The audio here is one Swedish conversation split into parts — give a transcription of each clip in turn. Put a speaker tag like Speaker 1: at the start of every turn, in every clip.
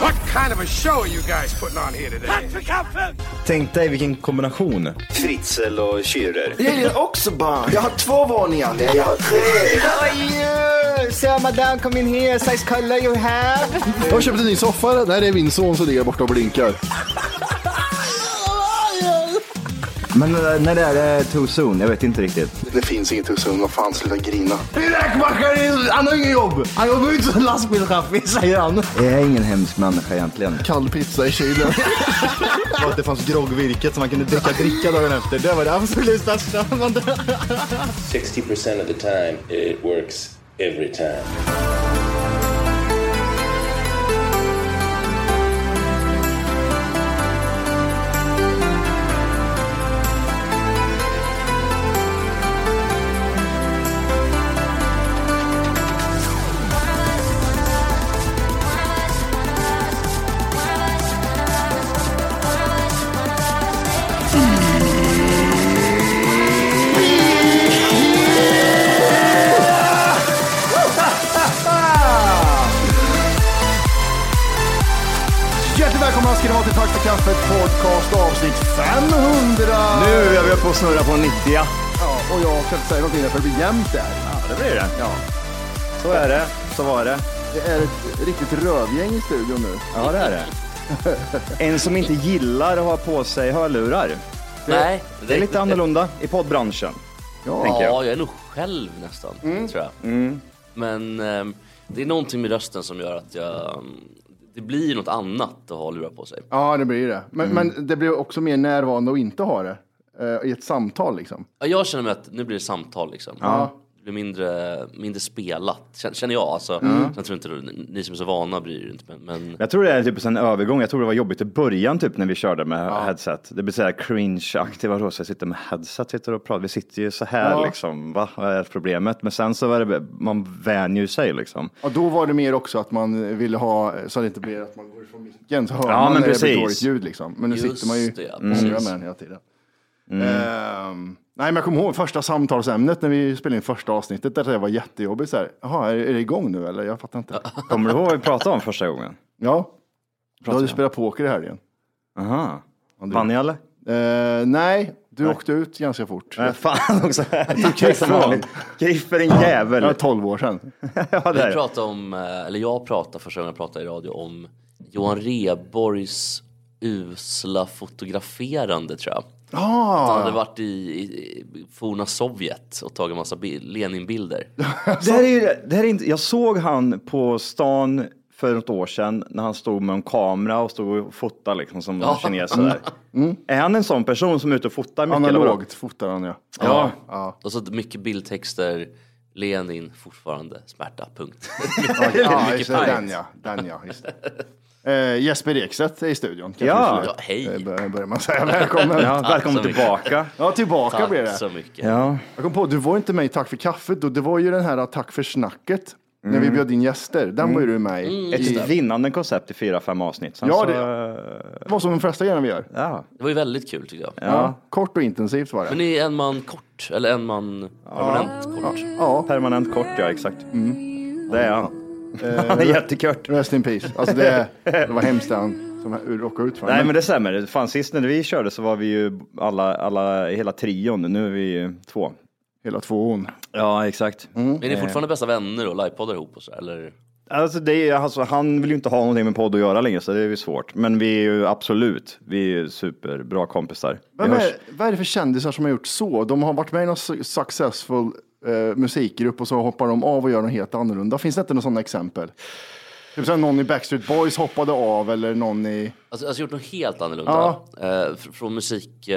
Speaker 1: What kind of a show are you guys putting on here today?
Speaker 2: Tänk dig vilken kombination.
Speaker 3: Fritzl och Schürrer.
Speaker 4: Jag gillar också barn. Jag har två våningar. Nej, jag har tre.
Speaker 2: Sir, madame, come in here. Size color you have.
Speaker 5: Jag har köpt en ny soffa. Nej, det är min son som ligger borta och blinkar.
Speaker 2: Men eh, när det är eh, too soon? Jag vet inte riktigt.
Speaker 4: Det finns inget hos honom. Vad fan, sluta grina.
Speaker 5: Min räkmackare, han har inget jobb. Han jobbar ju inte som lastbilschaffis, säger han.
Speaker 2: Jag är ingen hemsk människa egentligen.
Speaker 5: Kall pizza i kylen.
Speaker 2: Och att det fanns groggvirket som man kunde dricka dricka dagen efter. Det var det absolut största.
Speaker 3: 60% of the time, it works every time.
Speaker 5: Hjärtligt välkomna ska ni vara till Tack för kaffet podcast avsnitt 500.
Speaker 2: Nu är vi på att snurra på 90.
Speaker 5: Ja, och jag kan inte säga någonting därför det blir jämnt där.
Speaker 2: Ja, det blir det.
Speaker 5: Ja.
Speaker 2: Så är det. Så var det.
Speaker 5: Det är ett riktigt rövgäng i studion nu.
Speaker 2: Ja, det är det. En som inte gillar att ha på sig hörlurar.
Speaker 6: Nej,
Speaker 2: Det är lite annorlunda i poddbranschen.
Speaker 6: Ja,
Speaker 2: tänker jag.
Speaker 6: jag är nog själv nästan,
Speaker 2: Mm.
Speaker 6: tror jag. Men ehm, det är någonting med rösten som gör att jag... ehm, Det blir något annat att ha lurar på sig.
Speaker 5: Ja, det blir det. Men,
Speaker 4: Mm.
Speaker 5: men det blir också mer närvarande att inte ha det. eh, I ett samtal liksom.
Speaker 6: Ja, Jag känner mig att nu blir det samtal liksom. Det blir mindre, mindre spelat, kän- känner jag. Alltså,
Speaker 2: Mm.
Speaker 6: Jag tror inte du- ni som är så vana bryr er inte. Men, men
Speaker 2: Jag tror det är typ en övergång. Jag tror det var jobbigt i början typ när vi körde med headset. Det blir så här cringe-aktigt. Vadå, så jag sitter med headset sitter och pratar? Vi sitter ju så här liksom. Va? Vad är problemet? Men sen så är det, man vänjer ju sig liksom.
Speaker 5: Och då var det mer också att man ville ha, så det inte blir att man går ifrån micken så hör
Speaker 2: Ja,
Speaker 5: man
Speaker 2: men
Speaker 5: när det
Speaker 2: precis.
Speaker 5: blir dåligt ljud liksom. Men nu
Speaker 6: Just
Speaker 5: sitter man ju
Speaker 6: det, ja,
Speaker 5: och hånglar
Speaker 6: precis. Mm.
Speaker 5: med den hela tiden. Ehm, nej, men jag kommer ihåg första samtalsämnet när vi spelade in första avsnittet. Där det var jättejobbigt. Så här, Jaha, är, är det igång nu eller? Jag fattar inte.
Speaker 2: Kommer du ihåg vad vi pratade om första gången?
Speaker 5: Ja, då hade du spelat poker i helgen.
Speaker 2: Aha.
Speaker 5: du-
Speaker 2: Vann jag eller?
Speaker 5: Eh, nej, du åkte ut ganska fort.
Speaker 2: Nej, fan också.
Speaker 5: Griffon.
Speaker 2: Som vanligt. Griffon en jävel.
Speaker 5: Det var 12 år sedan.
Speaker 2: Ja, det är
Speaker 6: vi
Speaker 2: det.
Speaker 6: pratade om, eh, eller jag pratade första gången jag pratade i radio om Johan Rheborgs usla fotograferande tror jag.
Speaker 2: Ah.
Speaker 6: Han hade varit i, i, i forna Sovjet och tagit massa bil- Lenin-bilder.
Speaker 2: Det här är, ju- det här är inte, jag såg han på stan för något år sedan när han stod med en kamera och stod och fotade liksom som
Speaker 6: Ja.
Speaker 2: kineser där. Är han en sån person som är ute och fotar mycket? eller vadå?
Speaker 5: Analogt fotade han ja.
Speaker 2: Ja.
Speaker 6: Och så mycket bildtexter, Lenin fortfarande smärta, punkt.
Speaker 5: Ja, just
Speaker 6: Mycket
Speaker 5: det.
Speaker 6: pint.
Speaker 5: Den ja. Den ja. Just det. Eh, Jesper Ekstedt är i studion. kanske
Speaker 2: Ja.
Speaker 5: vi
Speaker 6: Ja,
Speaker 5: skulle-
Speaker 6: hej.
Speaker 5: eh, bör- Börjar man säga. Välkommen.
Speaker 2: Ja,
Speaker 5: ja.
Speaker 2: välkommen
Speaker 6: så mycket.
Speaker 2: tillbaka.
Speaker 5: tillbaka
Speaker 6: Tack
Speaker 5: blir det.
Speaker 6: så mycket.
Speaker 2: Ja.
Speaker 5: Jag kom på, du var inte med i Tack för kaffet då. Det var ju den här eh, Tack för snacket. När vi bjöd in gäster. Den var ju du med i.
Speaker 2: Ett vinnande koncept i fyra, fem avsnitt. Sen
Speaker 5: Ja,
Speaker 2: så,
Speaker 5: det- Det var som de flesta gärna vi gör.
Speaker 2: ja.
Speaker 6: Det var ju väldigt kul tycker jag.
Speaker 5: Ja. Kort och intensivt var
Speaker 6: Men
Speaker 5: det.
Speaker 6: ni är en man kort, eller en man permanent kort.
Speaker 2: ja, permanent kort, ja exakt. Mm. Det är han. Han är jättekort.
Speaker 5: Rest in peace. Alltså det, det var hemskt den som råkade ut för.
Speaker 2: Nej men det stämmer. Fan sist när vi körde så var vi ju alla, alla hela trion. Nu är vi ju två. Mm.
Speaker 5: Hela tvåan.
Speaker 2: Ja, exakt.
Speaker 6: Men
Speaker 5: Eh.
Speaker 6: är ni fortfarande bästa vänner och livepoddar ihop och så eller?
Speaker 2: Alltså det är, alltså, han vill ju inte ha någonting med podd att göra längre, så det är ju svårt. Men vi är ju absolut, vi är ju superbra kompisar. Vi
Speaker 5: Men vad,
Speaker 2: hörs-
Speaker 5: är, vad är det för kändisar som har gjort så? De har varit med i någon su- successful eh, musikgrupp och så hoppar de av och gör något helt annorlunda. Finns det inte några sådana exempel? Typ som någon i Backstreet Boys hoppade av eller någon i...
Speaker 6: Alltså, alltså gjort något helt annorlunda eh, fr- från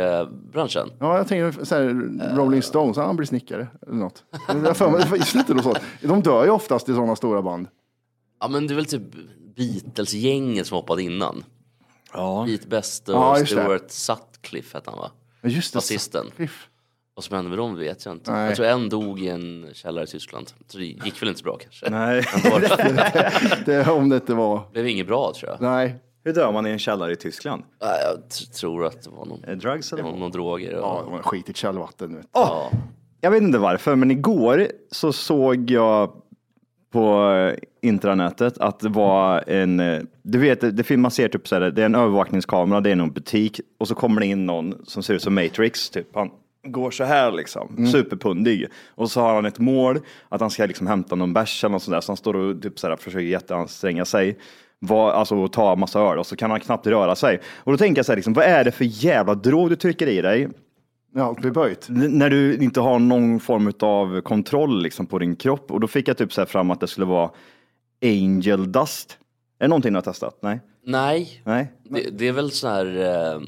Speaker 6: musikbranschen.
Speaker 5: Ja, jag tänker så här, Rolling Stones, ah, han blir snickare eller något. Jag har för mig, det finns inte något sånt. De dör ju oftast i sådana stora band.
Speaker 6: Ja men det är väl typ Beatles-gänget som hoppade innan. Ja. Pete Best och
Speaker 5: Ja, just det.
Speaker 6: Stuart Sutcliffe hette han va?
Speaker 5: Men just det,
Speaker 6: Basisten.
Speaker 5: Sutcliffe.
Speaker 6: Vad som hände med dem vet jag inte.
Speaker 5: Nej.
Speaker 6: Jag tror en dog i en källare i Tyskland. Så det gick väl inte så bra kanske.
Speaker 2: Nej.
Speaker 5: Det, om det inte var...
Speaker 6: Det blev inget bra tror jag.
Speaker 5: Nej,
Speaker 2: Hur dör man i en källare i Tyskland?
Speaker 6: Nej, Jag t- tror att det var någon,
Speaker 2: Eh, Drugs eller?
Speaker 6: någon, någon droger. Och,
Speaker 5: ja, det var skit i källvatten. Vet. du.
Speaker 2: Åh, Jag vet inte varför, men igår så såg jag på eh, intranätet att det var en, eh, du vet, det- det film man ser typ så här, det är en övervakningskamera, det är någon butik och så kommer det in någon som ser ut som Matrix, typ han går så här liksom, superpundig. Och så har han ett mål att han ska liksom hämta någon bärs eller något sånt där, så han står och typ så här, försöker jätteanstränga sig. Vad, alltså att ta massa öl och så kan han knappt röra sig. Och då tänker jag så här, liksom, vad är det för jävla drog du trycker i dig?
Speaker 5: Ja, Allt blir böjt.
Speaker 2: N- när du inte har någon form av kontroll liksom, på din kropp. Och då fick jag typ så här fram att det skulle vara angel dust. Är det någonting du har testat? Nej?
Speaker 6: Nej,
Speaker 2: Nej?
Speaker 6: det, det är väl så här... Eh,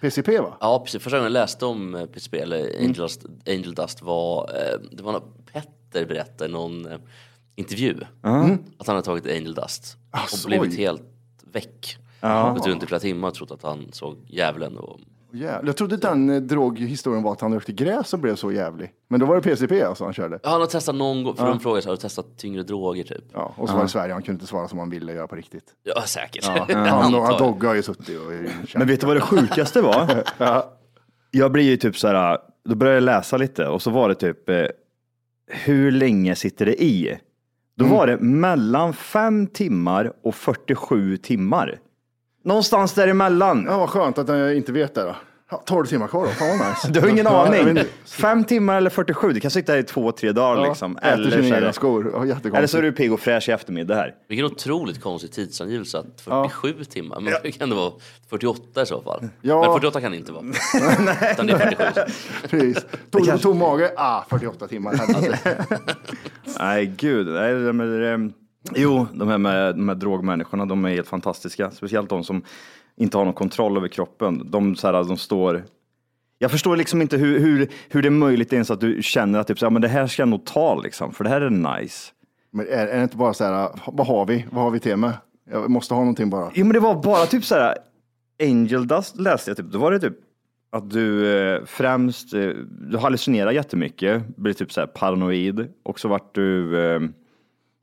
Speaker 5: PCP va?
Speaker 6: ja, precis. Första gången jag läste om eh, PCP eller
Speaker 5: Mm.
Speaker 6: Angel, Dust, Angel Dust var... Eh, det var när Petter berättade i någon eh, intervju.
Speaker 5: Mm.
Speaker 6: Att han hade tagit Angel Dust.
Speaker 5: så,
Speaker 6: och blivit
Speaker 5: oj.
Speaker 6: helt väck. Gått runt i flera timmar och trott att han såg djävulen. Och,
Speaker 5: Jävlar. Jag trodde den eh, droghistorien var att han rökte gräs och blev så jävlig. Men då var det PCP alltså han körde.
Speaker 6: Ja, han har testat någon gång, för de frågade så här, har du testat tyngre droger typ?
Speaker 5: Ja, och så var det Sverige, han kunde inte svara som han ville göra på riktigt.
Speaker 6: Ja, säkert.
Speaker 5: Han,
Speaker 6: Antar
Speaker 5: han
Speaker 6: jag.
Speaker 5: Dogge har ju suttit och...
Speaker 2: Men vet du vad det sjukaste var? Jag blir ju typ så här, då började jag läsa lite och så var det typ, eh, hur länge sitter det i? Då
Speaker 5: Mm.
Speaker 2: var det mellan 5 timmar och 47 timmar. Någonstans däremellan.
Speaker 5: Ja, vad skönt att jag inte vet det då. Ja, 12 timmar kvar då, fan vad nice.
Speaker 2: Du har ingen
Speaker 5: Ja, jag vet
Speaker 2: aning.
Speaker 5: inte.
Speaker 2: Fem timmar eller 47, du kan sitta här i två, tre dagar
Speaker 5: Ja,
Speaker 2: liksom.
Speaker 5: Äter
Speaker 2: Eller så
Speaker 5: sina
Speaker 2: är
Speaker 5: egna
Speaker 2: det-
Speaker 5: skor, ja,
Speaker 2: Eller så är
Speaker 5: jättekonstigt.
Speaker 2: du pigg och fräsch i eftermiddag här.
Speaker 6: Vilken otroligt konstig tidsangivelse att 47 timmar, men det kan det vara 48 i så fall.
Speaker 5: Ja.
Speaker 6: Men 48 kan det inte vara. Utan det är 47.
Speaker 5: Precis. Tog du på tom mage? Ah, 48 timmar. Alltså, helvete.
Speaker 2: Nej, gud. Nej, det med, det- jo, de här, med, de här drogmänniskorna, de är helt fantastiska. Speciellt de som inte har någon kontroll över kroppen. De, så här, de står... Jag förstår liksom inte hur, hur, hur det är möjligt ens att du känner att typ, så här, men det här ska jag nog ta, liksom, för det här är nice.
Speaker 5: Men är, är det inte bara så här, ah, vad har vi? Vad har vi till med? Jag måste ha någonting bara.
Speaker 2: Jo, men det var bara typ så här, angel dust läste jag typ. Då var det typ att du eh, främst, eh, du hallucinerar jättemycket, blir typ så här paranoid och så vart du eh,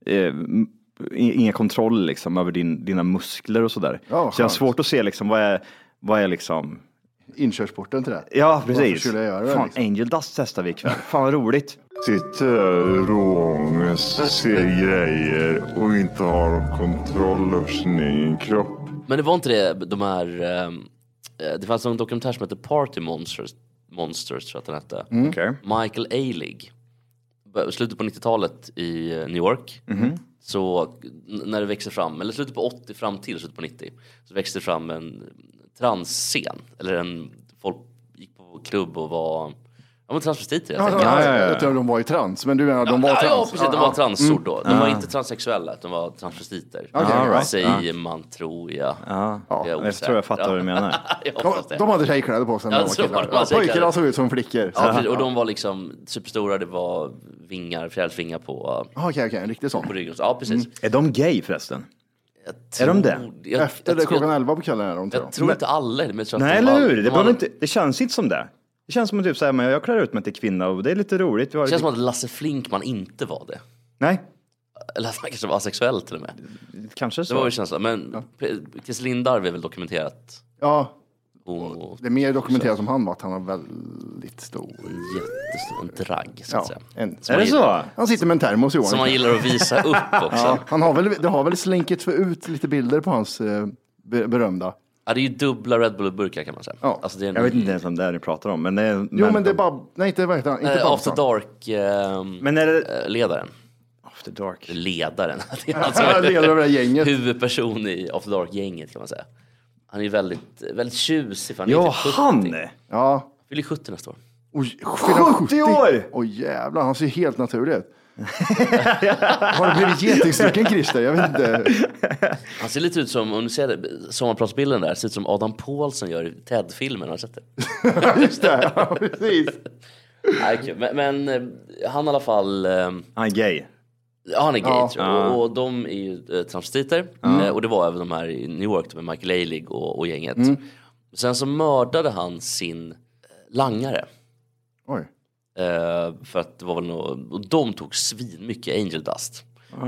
Speaker 2: eh, m- i- ingen kontroll liksom över din, dina muskler och sådär.
Speaker 5: Ja, vad
Speaker 2: så jag har
Speaker 5: skönt.
Speaker 2: svårt att se liksom vad är, vad är liksom,
Speaker 5: Inkörsporten till det. här.
Speaker 2: ja precis.
Speaker 5: Varför skulle jag göra det?
Speaker 2: Fan,
Speaker 5: liksom?
Speaker 2: angel dust testar vi ikväll. Fan vad roligt.
Speaker 7: sitter och ser grejer och inte har någon kontroll över sin egen kropp.
Speaker 6: Men det var inte det, de här, ehm, eh, det fanns en dokumentär som hette Party Monsters, Monsters tror jag att den hette.
Speaker 5: Mm.
Speaker 2: Okej.
Speaker 6: Michael Ailig. Bör- Slutet på 90-talet i eh, New York. Så n- när det växer fram, eller slutet på 80 fram till slutet på 90. Så växte det fram en transscen. Eller en, folk gick på klubb och var, ja men transvestiter helt
Speaker 5: Ja,
Speaker 6: enkelt.
Speaker 5: ja, ja, Jag tror de var i trans, men du menar de var
Speaker 6: ja,
Speaker 5: trans?
Speaker 6: ja, precis. De var transord då. De var inte transsexuella, utan de var transvestiter.
Speaker 5: all right.
Speaker 6: Säger man, tror jag. Ja. Jag är
Speaker 2: Jag tror jag fattar vad du menar.
Speaker 6: hoppas det.
Speaker 5: De hade tjejkläder på sig när
Speaker 6: Ja,
Speaker 5: de var
Speaker 6: så var
Speaker 5: killar.
Speaker 6: det bara
Speaker 5: Ja,
Speaker 6: tjejkläder.
Speaker 5: Pojkarna såg ut som flickor.
Speaker 6: Ja, precis. Och de var liksom superstora, det var vingar, fjärilsvingar på,
Speaker 5: Ja, Okej, okej, en riktig sån.
Speaker 6: på ryggen. och så. Ja, precis.
Speaker 2: Är de gay förresten?
Speaker 6: Jag
Speaker 2: Mm. Är de
Speaker 6: tror-
Speaker 2: det?
Speaker 6: Jag,
Speaker 5: Efter det,
Speaker 6: jag, jag,
Speaker 5: klockan
Speaker 6: jag,
Speaker 5: 11 på kvällen är de tror jag.
Speaker 6: tror inte alla är det, men jag tror
Speaker 2: Nej,
Speaker 6: att de
Speaker 2: eller
Speaker 6: alla-
Speaker 2: hur? Det,
Speaker 6: de
Speaker 2: behöver
Speaker 6: alla-
Speaker 2: inte, det känns inte som det. Det känns som att typ så här, men jag klär ut mig till kvinna och det är lite roligt. Vi har
Speaker 6: Det känns
Speaker 2: lite...
Speaker 6: som att Lasse Flinkman inte var det.
Speaker 2: Nej,
Speaker 6: Eller att han kanske var asexuell till och med.
Speaker 2: kanske
Speaker 6: Det
Speaker 2: så.
Speaker 6: var ju känslan. Men P- Christer Lindarw är väl dokumenterat
Speaker 5: Ja,
Speaker 6: homo och
Speaker 5: det är mer dokumenterat som han var att han var väldigt stor.
Speaker 6: jättestor, en dragg så att
Speaker 5: Ja,
Speaker 6: säga.
Speaker 5: en.
Speaker 2: Är det så?
Speaker 5: Han sitter med en termos Johan.
Speaker 6: Som man gillar att visa upp också.
Speaker 5: Han har väl, det har väl slinkit för ut lite bilder på hans eh, be- berömda.
Speaker 6: Ja, det är ju dubbla Red Bull-burkar kan man säga.
Speaker 2: Ja.
Speaker 6: Alltså, det är en...
Speaker 2: Jag vet inte ens om det är ni pratar om. Men det är,
Speaker 5: Jo, men det är bara... Nej, inte, vad heter han? inte
Speaker 6: Eh, After eh,
Speaker 5: Babsan.
Speaker 2: eh,
Speaker 6: Dark-ledaren.
Speaker 2: After Dark.
Speaker 6: Ledaren. Det är
Speaker 5: Ledare av det här gänget.
Speaker 6: huvudperson i After Dark-gänget kan man säga. Han är väldigt, väldigt tjusig. För han är
Speaker 2: Ja,
Speaker 6: typ 70.
Speaker 2: han!
Speaker 5: Ja.
Speaker 6: fyller 70 nästa år.
Speaker 5: Oj, fyller
Speaker 2: 70 år!
Speaker 5: Oj jävlar, han ser ju helt naturlig ut. Har det blivit getingstruken Christer? Jag vet inte.
Speaker 6: Han ser lite ut som, om du ser det, sommarpratsbilden där, ser ut som Adam Paulsen gör i Ted-filmen. Har du sett det?
Speaker 5: Just det, ja, precis.
Speaker 6: Nej, kul. men, men eh, han i alla fall, eh,
Speaker 2: Han är gay.
Speaker 6: ja, han är gay tror jag. Och, och de är ju eh, transvestiter. Eh, Och det var även de här i New York med Michael Eilig och, och gänget.
Speaker 5: Mm.
Speaker 6: Sen så mördade han sin eh, langare.
Speaker 5: Oj.
Speaker 6: Eh, för att det var väl nå- och de tog svinmycket angel dust.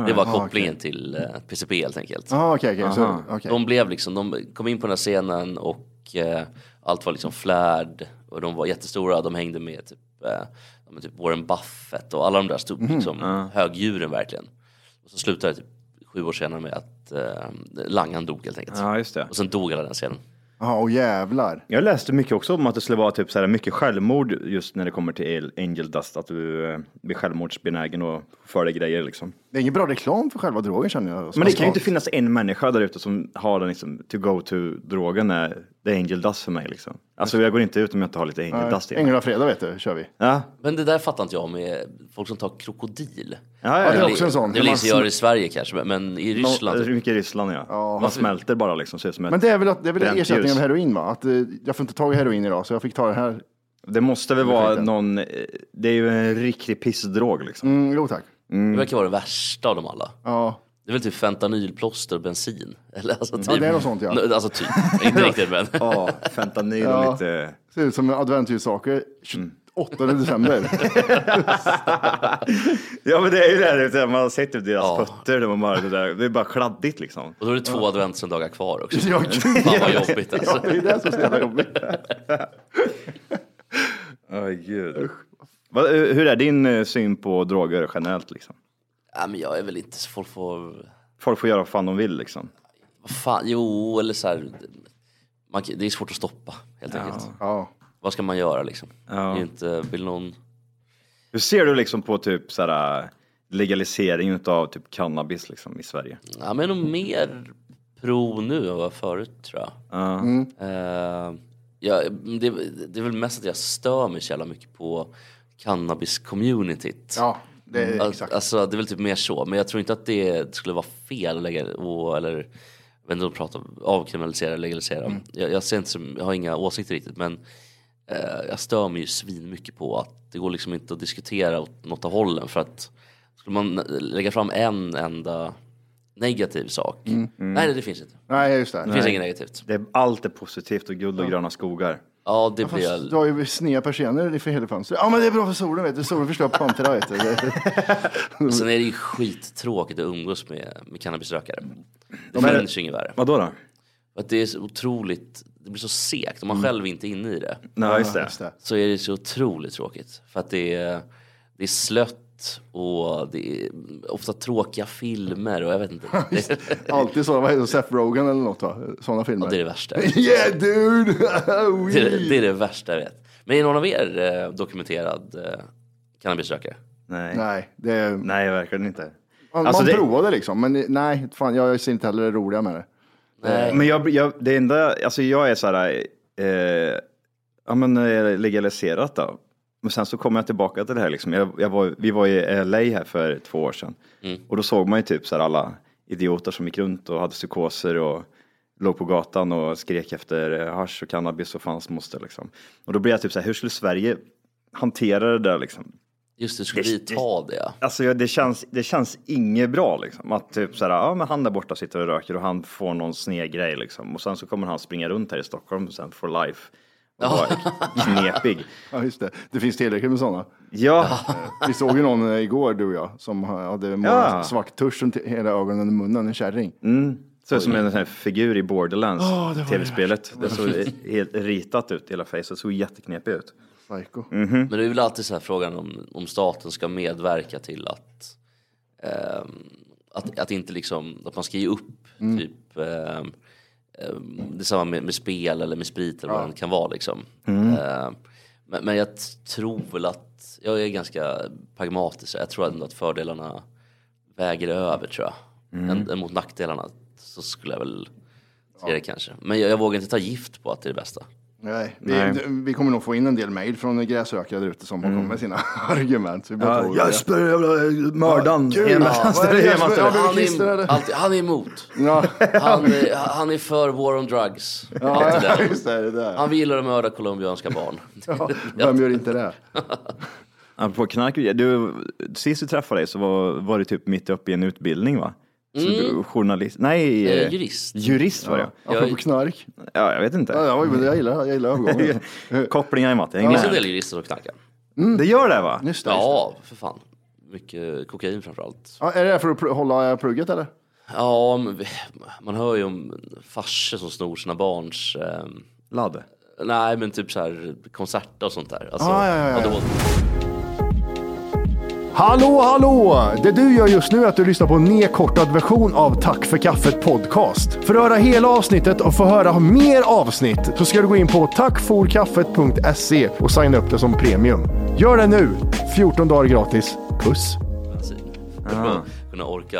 Speaker 6: Det var kopplingen till eh, PCP helt enkelt.
Speaker 5: Ja, okej, okej. så- Ah, okej.
Speaker 6: De blev liksom, de kom in på den här scenen och eh, allt var liksom flärd och de var jättestora, de hängde med typ, eh, ja, men typ Warren Buffett och alla de där stod liksom högdjuren verkligen. Och så slutade det typ sju år senare med att eh, Langan dog helt enkelt.
Speaker 2: Ah, Ja, just det.
Speaker 6: Och sen dog hela den scenen.
Speaker 5: Ja, och jävlar.
Speaker 2: Jag läste mycket också om att det skulle vara typ så här mycket självmord just när det kommer till Angel Dust, att du eh, blir självmordsbenägen och för dig grejer liksom.
Speaker 5: Det är ingen bra reklam för själva drogen känner jag.
Speaker 6: Alltså,
Speaker 2: Men det kan ju inte finnas en människa där ute som har den liksom, to go to-drogen är the angel dust för mig liksom. Alltså jag går inte ut om jag inte har lite angel dust i mig.
Speaker 5: Änglarna och fredag vet du, kör vi.
Speaker 2: Ja,
Speaker 6: Men det där fattar inte jag med folk som tar krokodil.
Speaker 2: ja, ja.
Speaker 5: det är
Speaker 2: ja.
Speaker 5: också en sån.
Speaker 6: Det är väl
Speaker 5: Man eh,
Speaker 6: inte jag gör i Sverige kanske, men- men i Ryssland.
Speaker 2: Det är
Speaker 6: typ.
Speaker 2: mycket i Ryssland ja. Man smälter bara liksom, ser ut som ett...
Speaker 5: Men det är väl, att, det är väl
Speaker 2: Bränt
Speaker 5: ersättningen
Speaker 2: ljus.
Speaker 5: av heroin va? Att, eh, jag får inte tag i heroin idag så jag fick ta det här.
Speaker 2: Det måste väl vara
Speaker 5: skiten.
Speaker 2: någon, eh, det är ju en riktig pissdrog liksom.
Speaker 5: Mm, jo tack.
Speaker 6: Det verkar vara det värsta av dem alla.
Speaker 5: Ja.
Speaker 6: Det är väl typ fentanylplåster och bensin? Eller alltså typ.
Speaker 5: det är något sånt, ja.
Speaker 6: Nå- Alltså typ, inte riktigt men.
Speaker 2: Mm. Ja, fentanyl och lite...
Speaker 5: Ser ut som adventsljussaker. 28 december.
Speaker 2: Ja men det är ju det här, det är så här, man har sett typ deras fötter, där man bara, det, där, det är bara kladdigt liksom.
Speaker 6: Och då är det två adventssöndagar kvar också.
Speaker 5: ja, gud.
Speaker 6: Fan vad jobbigt
Speaker 5: ja,
Speaker 6: alltså.
Speaker 5: det är det som är så jävla jobbigt.
Speaker 2: Oh, gud. Vad- hur är din eh, syn på droger generellt liksom?
Speaker 6: Ja, men jag är väl inte så folk får...
Speaker 2: Folk får göra vad fan de vill liksom.
Speaker 6: Vad fan, jo eller så här. Man, kan- det är svårt att stoppa helt enkelt.
Speaker 5: Ja.
Speaker 6: Vad ska man göra liksom? Det är inte, vill någon...
Speaker 2: Hur ser du liksom på typ så här, legalisering utav typ cannabis liksom i Sverige?
Speaker 6: Ja men nog mer pro nu än vad jag var förut tror jag.
Speaker 2: Ja.
Speaker 6: Eh, ja, det, det är väl mest att jag stör mig så jävla mycket på cannabis-communityt.
Speaker 5: ja, det är
Speaker 6: Al-
Speaker 5: exakt.
Speaker 6: Alltså det är väl typ mer så, men jag tror inte att det skulle vara fel att lägga, och, eller jag vet inte om de pratar om avkriminalisera eller legalisera. Jag, jag, ser inte som, jag har inga åsikter riktigt men eh, jag stör mig ju svin mycket på att det går liksom inte att diskutera åt något av hållen för att skulle man eh, lägga fram en enda negativ sak, nej det finns inte.
Speaker 5: Nej, just det.
Speaker 6: Det finns inget negativt.
Speaker 2: Det är, allt är positivt och guld och gröna skogar.
Speaker 6: Ja det blir
Speaker 5: Du
Speaker 6: jag,
Speaker 5: har ju sneda persienner i hela fönstret. Ja, men det är bra för solen vet du. Solen förstör plantorna vet du. Det-
Speaker 6: sen är det ju skittråkigt att umgås med, med cannabisrökare. Det
Speaker 2: Men-
Speaker 6: finns ju inget värre.
Speaker 2: Vadå då?
Speaker 6: För att det är så otroligt, det blir så segt om man själv inte är inne i det.
Speaker 2: Nej, just det.
Speaker 5: Just det.
Speaker 6: Så är det så otroligt tråkigt. För att det är, det är slött och det är ofta tråkiga filmer och jag vet inte. Det,
Speaker 5: Alltid så, vad heter det, Seth Rogen eller något va? Sådana filmer.
Speaker 6: det är det värsta.
Speaker 5: Yeah dude!
Speaker 6: Det är det, det är det värsta jag vet. Men är någon av er eh, dokumenterad eh, cannabisrökare?
Speaker 2: Nej. Nej.
Speaker 5: Nej, det är... man,
Speaker 2: verkligen inte.
Speaker 6: Alltså,
Speaker 5: man
Speaker 2: det-
Speaker 5: provade liksom, men nej, fan, jag ser inte heller det roliga med det.
Speaker 6: Eh,
Speaker 2: Men jag, jag, det enda, alltså jag är så här, eh, ja men eh, legaliserat då. Men sen så kom jag tillbaka till det här liksom. Jag, jag var, vi var i LA här för två år sedan. Och då såg man ju typ så här alla idioter som gick runt och hade psykoser och låg på gatan och skrek efter eh, hasch och cannabis och fanns moster liksom. Och då blev jag typ så här, hur skulle Sverige hantera det där liksom?
Speaker 6: Just det, skulle vi ta det? ja.
Speaker 2: Alltså jag- det känns, det känns inget bra liksom. Att typ såhär, ja men han där borta sitter och röker och han får någon snedgrej liksom. Och sen så kommer han springa runt här i Stockholm sen for life. Och vara knepig.
Speaker 5: Ja, just det. Det finns tillräckligt med sådana.
Speaker 2: Ja,
Speaker 5: Vi såg ju någon eh, igår, du och jag, som hade
Speaker 2: Ja.
Speaker 5: ja. svart tusch runt hela ögonen och munnen, en kärring.
Speaker 6: Mm.
Speaker 2: ser ut som en sån här figur i Borderlands, tv-spelet. Det såg helt ritat ut hela facet, såg jätteknepig ut.
Speaker 5: Psycho.
Speaker 6: Men det är väl alltid så här frågan om, om staten ska medverka till att,
Speaker 5: Mm.
Speaker 6: ehm, att, att inte liksom, att man ska ge upp typ ehm, Eh, Det är samma med, med spel eller med sprit eller
Speaker 5: Ja.
Speaker 6: vad det kan vara liksom.
Speaker 5: Mm.
Speaker 6: Eh, Men, men jag t- tror väl att, jag är ganska pragmatisk, så jag tror ändå att fördelarna väger över tror jag.
Speaker 8: Mm.
Speaker 6: Än, än mot nackdelarna så skulle jag väl se det kanske. Men jag, jag vågar inte ta gift på att det är det bästa.
Speaker 5: Nej, vi,
Speaker 6: Nej. Mm.
Speaker 5: d- vi kommer nog få in en del mejl från gräsrökare där ute som har kommit med sina argument. Så vi behöver inte
Speaker 2: Ja,
Speaker 5: oroa er.
Speaker 2: Jesper, jävla mördaren.
Speaker 5: kul.
Speaker 2: Ena
Speaker 5: Ja,
Speaker 2: vänster,
Speaker 5: vad är det,
Speaker 2: ena
Speaker 5: Jesper?
Speaker 2: vänster.
Speaker 5: Ja, men-
Speaker 6: Han
Speaker 5: Christer,
Speaker 6: är,
Speaker 5: eller?
Speaker 6: alltid, han är emot.
Speaker 5: Ja.
Speaker 6: Han, är- han är för war on drugs. Alltid
Speaker 5: ja,
Speaker 6: det.
Speaker 5: just det, det där.
Speaker 6: Han gillar att mörda colombianska barn.
Speaker 5: Ja, vem gör inte det?
Speaker 2: Apropå knark, du, sist vi träffade dig så var, var du typ mitt uppe i en utbildning va? Så
Speaker 6: Mm.
Speaker 2: du, journalist, nej,
Speaker 6: Eh, jurist.
Speaker 2: Jurist var det
Speaker 5: Ja, apropå knark.
Speaker 2: Ja, jag vet inte.
Speaker 5: Ja, jag, jag gillar, jag gillar övergången.
Speaker 2: Kopplingar i matten.
Speaker 6: Det
Speaker 2: jag
Speaker 6: finns en
Speaker 2: gillar
Speaker 6: del
Speaker 2: det.
Speaker 6: jurister som knarkar.
Speaker 2: Det gör det va?
Speaker 5: Just det, just
Speaker 6: Ja, för fan. Mycket kokain framförallt.
Speaker 5: Ja, är det här för att pr- hålla plugget eller?
Speaker 6: Ja, men vi- man hör ju om farsor som snor sina barns... ehm,
Speaker 2: Ladde?
Speaker 6: Nej, men typ så här konserter och sånt där. Alltså,
Speaker 5: Ah, ja, ja, ja.
Speaker 6: och då-
Speaker 5: Hallå, hallå! Det du gör just nu är att du lyssnar på en nedkortad version av Tack för kaffet podcast. För att höra hela avsnittet och få höra mer avsnitt så ska du gå in på tackforkaffet.se och signa upp det som premium. Gör det nu! 14 dagar gratis. Puss!
Speaker 6: För att kunna orka,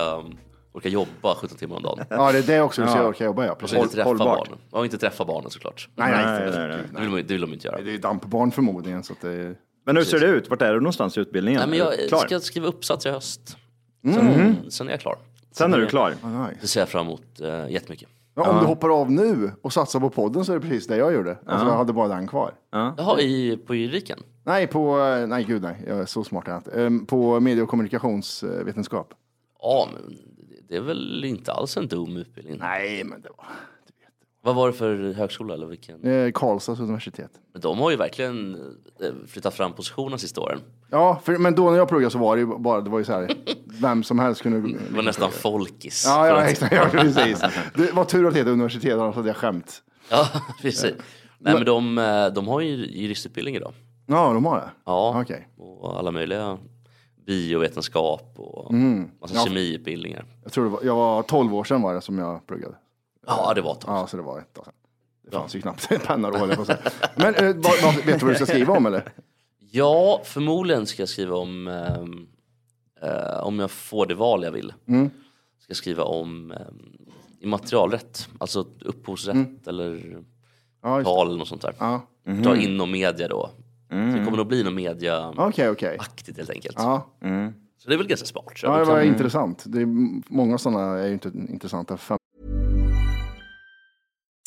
Speaker 6: orka jobba 17 timmar om dagen.
Speaker 5: Ah. Ja, det är det också. Du ska orka jobba, ja.
Speaker 6: Och så inte
Speaker 5: Håll-
Speaker 6: träffa
Speaker 5: hållbart.
Speaker 6: barnen. Ja, inte träffa barnen såklart.
Speaker 5: Nej, nej, Nej, nej, nej.
Speaker 6: Det vill, man ju- det vill de inte göra.
Speaker 5: Det är ju dampbarn förmodligen. Så att det...
Speaker 2: Men hur ser det ut? Vart är du någonstans i utbildningen?
Speaker 6: Nej, men
Speaker 2: Är du
Speaker 6: jag
Speaker 2: klar?
Speaker 6: ska skriva uppsats i höst.
Speaker 5: Mm.
Speaker 6: Sen, sen är jag klar.
Speaker 2: Sen är du klar?
Speaker 6: Det ser jag fram emot eh, jättemycket.
Speaker 5: Ja, om du hoppar av nu och satsar på podden så är det precis det jag gjorde. Alltså,
Speaker 6: Ja.
Speaker 5: jag hade bara den kvar.
Speaker 6: Jaha, i, på juridiken?
Speaker 5: Nej, på, eh, nej gud nej, jag är så smart är jag inte. Ehm, På medie och kommunikationsvetenskap.
Speaker 6: Ja, men det är väl inte alls en dum utbildning?
Speaker 5: Nej, men det var...
Speaker 6: Vad var det för högskola eller vilken?
Speaker 5: Eh, Karlstads universitet.
Speaker 6: Men De har ju verkligen eh, flyttat fram positionerna sista åren.
Speaker 5: Ja, för, men då när jag pluggade så var det ju bara, det var ju så här, vem som helst kunde...
Speaker 6: Det var nästan folkis.
Speaker 5: Ja, ja, exakt, ja precis. Det var tur att det hette universitet, annars hade jag skämt.
Speaker 6: Ja, precis. Nej, men de, eh, de har ju juristutbildning idag.
Speaker 5: Ja, de har det.
Speaker 6: Ja,
Speaker 5: Okej.
Speaker 6: och alla möjliga biovetenskap och
Speaker 5: Mm.
Speaker 6: massa
Speaker 5: Ja.
Speaker 6: kemiutbildningar.
Speaker 5: Jag tror det var, jag var 12 år sedan var det som jag pluggade.
Speaker 6: Ja, det var ett tag
Speaker 5: Ja, så det var ett tag sedan. Det fanns ju knappt en penna då, höll jag på att säga. Men eh, vad, vad, vet du vad du ska skriva om eller?
Speaker 6: Ja, förmodligen ska jag skriva om, ehm, eh, om jag får det val jag vill,
Speaker 5: Mm.
Speaker 6: ska jag skriva om ehm, immaterialrätt, alltså upphovsrätt eller
Speaker 5: Ja, just Mm. det.
Speaker 6: tal eller något sånt där. Mm-hmm.
Speaker 5: Ja.
Speaker 6: Ta in någon media då. Så det kommer nog bli någon mediaaktigt
Speaker 5: Okej, okej.
Speaker 6: helt enkelt.
Speaker 5: Ja.
Speaker 6: Så liksom. det är väl ganska smart. tror jag.
Speaker 5: Ja, det
Speaker 6: Då kan-
Speaker 5: var intressant. Det är, m- många sådana är ju inte intressanta. Fem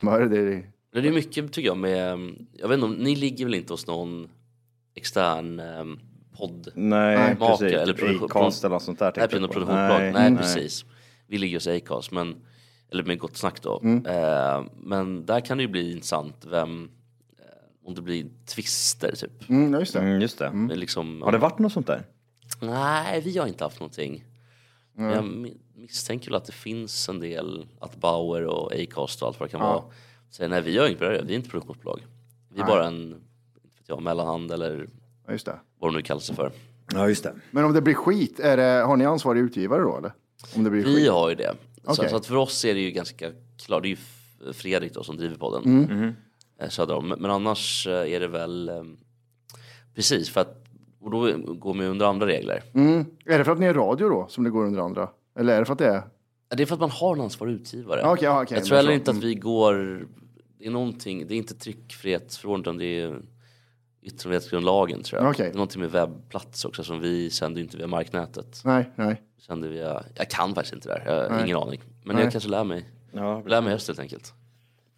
Speaker 5: smör, det är
Speaker 6: Men Det är mycket tycker jag med, mm, jag vet inte om, ni ligger väl inte hos någon extern ehm, podd?
Speaker 2: Nej, Nej.
Speaker 6: makare
Speaker 2: precis.
Speaker 6: eller produktion-
Speaker 2: Acast eller något sånt där
Speaker 6: Nej,
Speaker 2: tänkte jag
Speaker 6: något
Speaker 2: på.
Speaker 6: produktionsbolag.
Speaker 2: Nej,
Speaker 6: Nej,
Speaker 2: nej.
Speaker 6: precis. Vi ligger hos Acast, men, eller med Gott Snack då.
Speaker 2: Mm.
Speaker 6: Eh, men där kan det ju bli intressant vem, eh, om det blir twister typ.
Speaker 5: Mm, ja, just det.
Speaker 2: just det.
Speaker 6: Det är liksom,
Speaker 2: Har det varit något sånt där?
Speaker 6: Nej, vi har inte haft någonting. Men
Speaker 2: Nej.
Speaker 6: Jag mi- misstänker väl att det finns en del, att Bauer och Acast och allt vad det kan
Speaker 5: Ja.
Speaker 6: vara säger nej vi gör inget på det här, vi är inte produktionsbolag. Vi är
Speaker 5: Nej.
Speaker 6: bara en ja, mellanhand eller
Speaker 5: ja, just det.
Speaker 6: vad de nu kallar sig för.
Speaker 2: Ja, just det.
Speaker 5: Men om det blir skit, är det, har ni ansvarig utgivare då eller? Om det blir
Speaker 6: Vi
Speaker 5: skit?
Speaker 6: har ju det. Så,
Speaker 5: Okej.
Speaker 6: så att för oss är det ju ganska klart. Det är ju F- Fredrik då som driver podden.
Speaker 5: Mm.
Speaker 6: eh, Söder om. Men- Men annars eh, är det väl eh, precis för att och då går man ju under andra regler.
Speaker 5: Mm. Är det för att ni är radio då som det går under andra? Eller är det för att det är?
Speaker 6: Ja, Det är för att man har en ansvarig utgivare.
Speaker 5: Ja, okej, ja, okej,
Speaker 6: jag tror heller
Speaker 5: men så. mm.
Speaker 6: inte att vi går... Det är någonting, det är inte tryckfrihetsförordningen utan det är yttrandefrihetsgrundlagen tror jag.
Speaker 5: Okej.
Speaker 6: Det är någonting med webbplats också som vi sänder ju inte via marknätet.
Speaker 5: Nej, nej.
Speaker 6: Vi Sänder via, jag kan faktiskt inte det där, jag har
Speaker 5: Nej.
Speaker 6: ingen aning. Men
Speaker 5: Nej.
Speaker 6: jag kanske lär mig.
Speaker 2: Ja,
Speaker 6: lär mig i höst helt enkelt.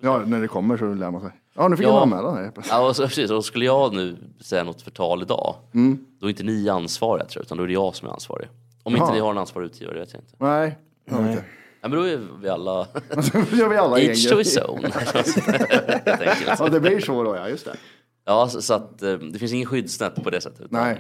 Speaker 5: Ja, när det kommer så lär man sig. Ja, nu fick jag en anmälan här.
Speaker 6: Ja, och så, precis. Och skulle jag nu säga något förtal idag,
Speaker 5: Mm.
Speaker 6: då är inte ni ansvariga tror jag, utan då är det jag som är ansvarig. Om
Speaker 5: Jaha.
Speaker 6: inte ni har en ansvarig utgivare, det vet jag inte.
Speaker 5: Nej. jag vet inte.
Speaker 6: Ja, men då är vi alla...
Speaker 5: Då gör vi alla egen
Speaker 6: Each to
Speaker 5: grej.
Speaker 6: his own. Helt enkelt.
Speaker 5: Ja, det blir så då, ja. Just det.
Speaker 6: Ja, så, så att eh, det finns ingen skyddsnät på det sättet. utan-
Speaker 5: Nej.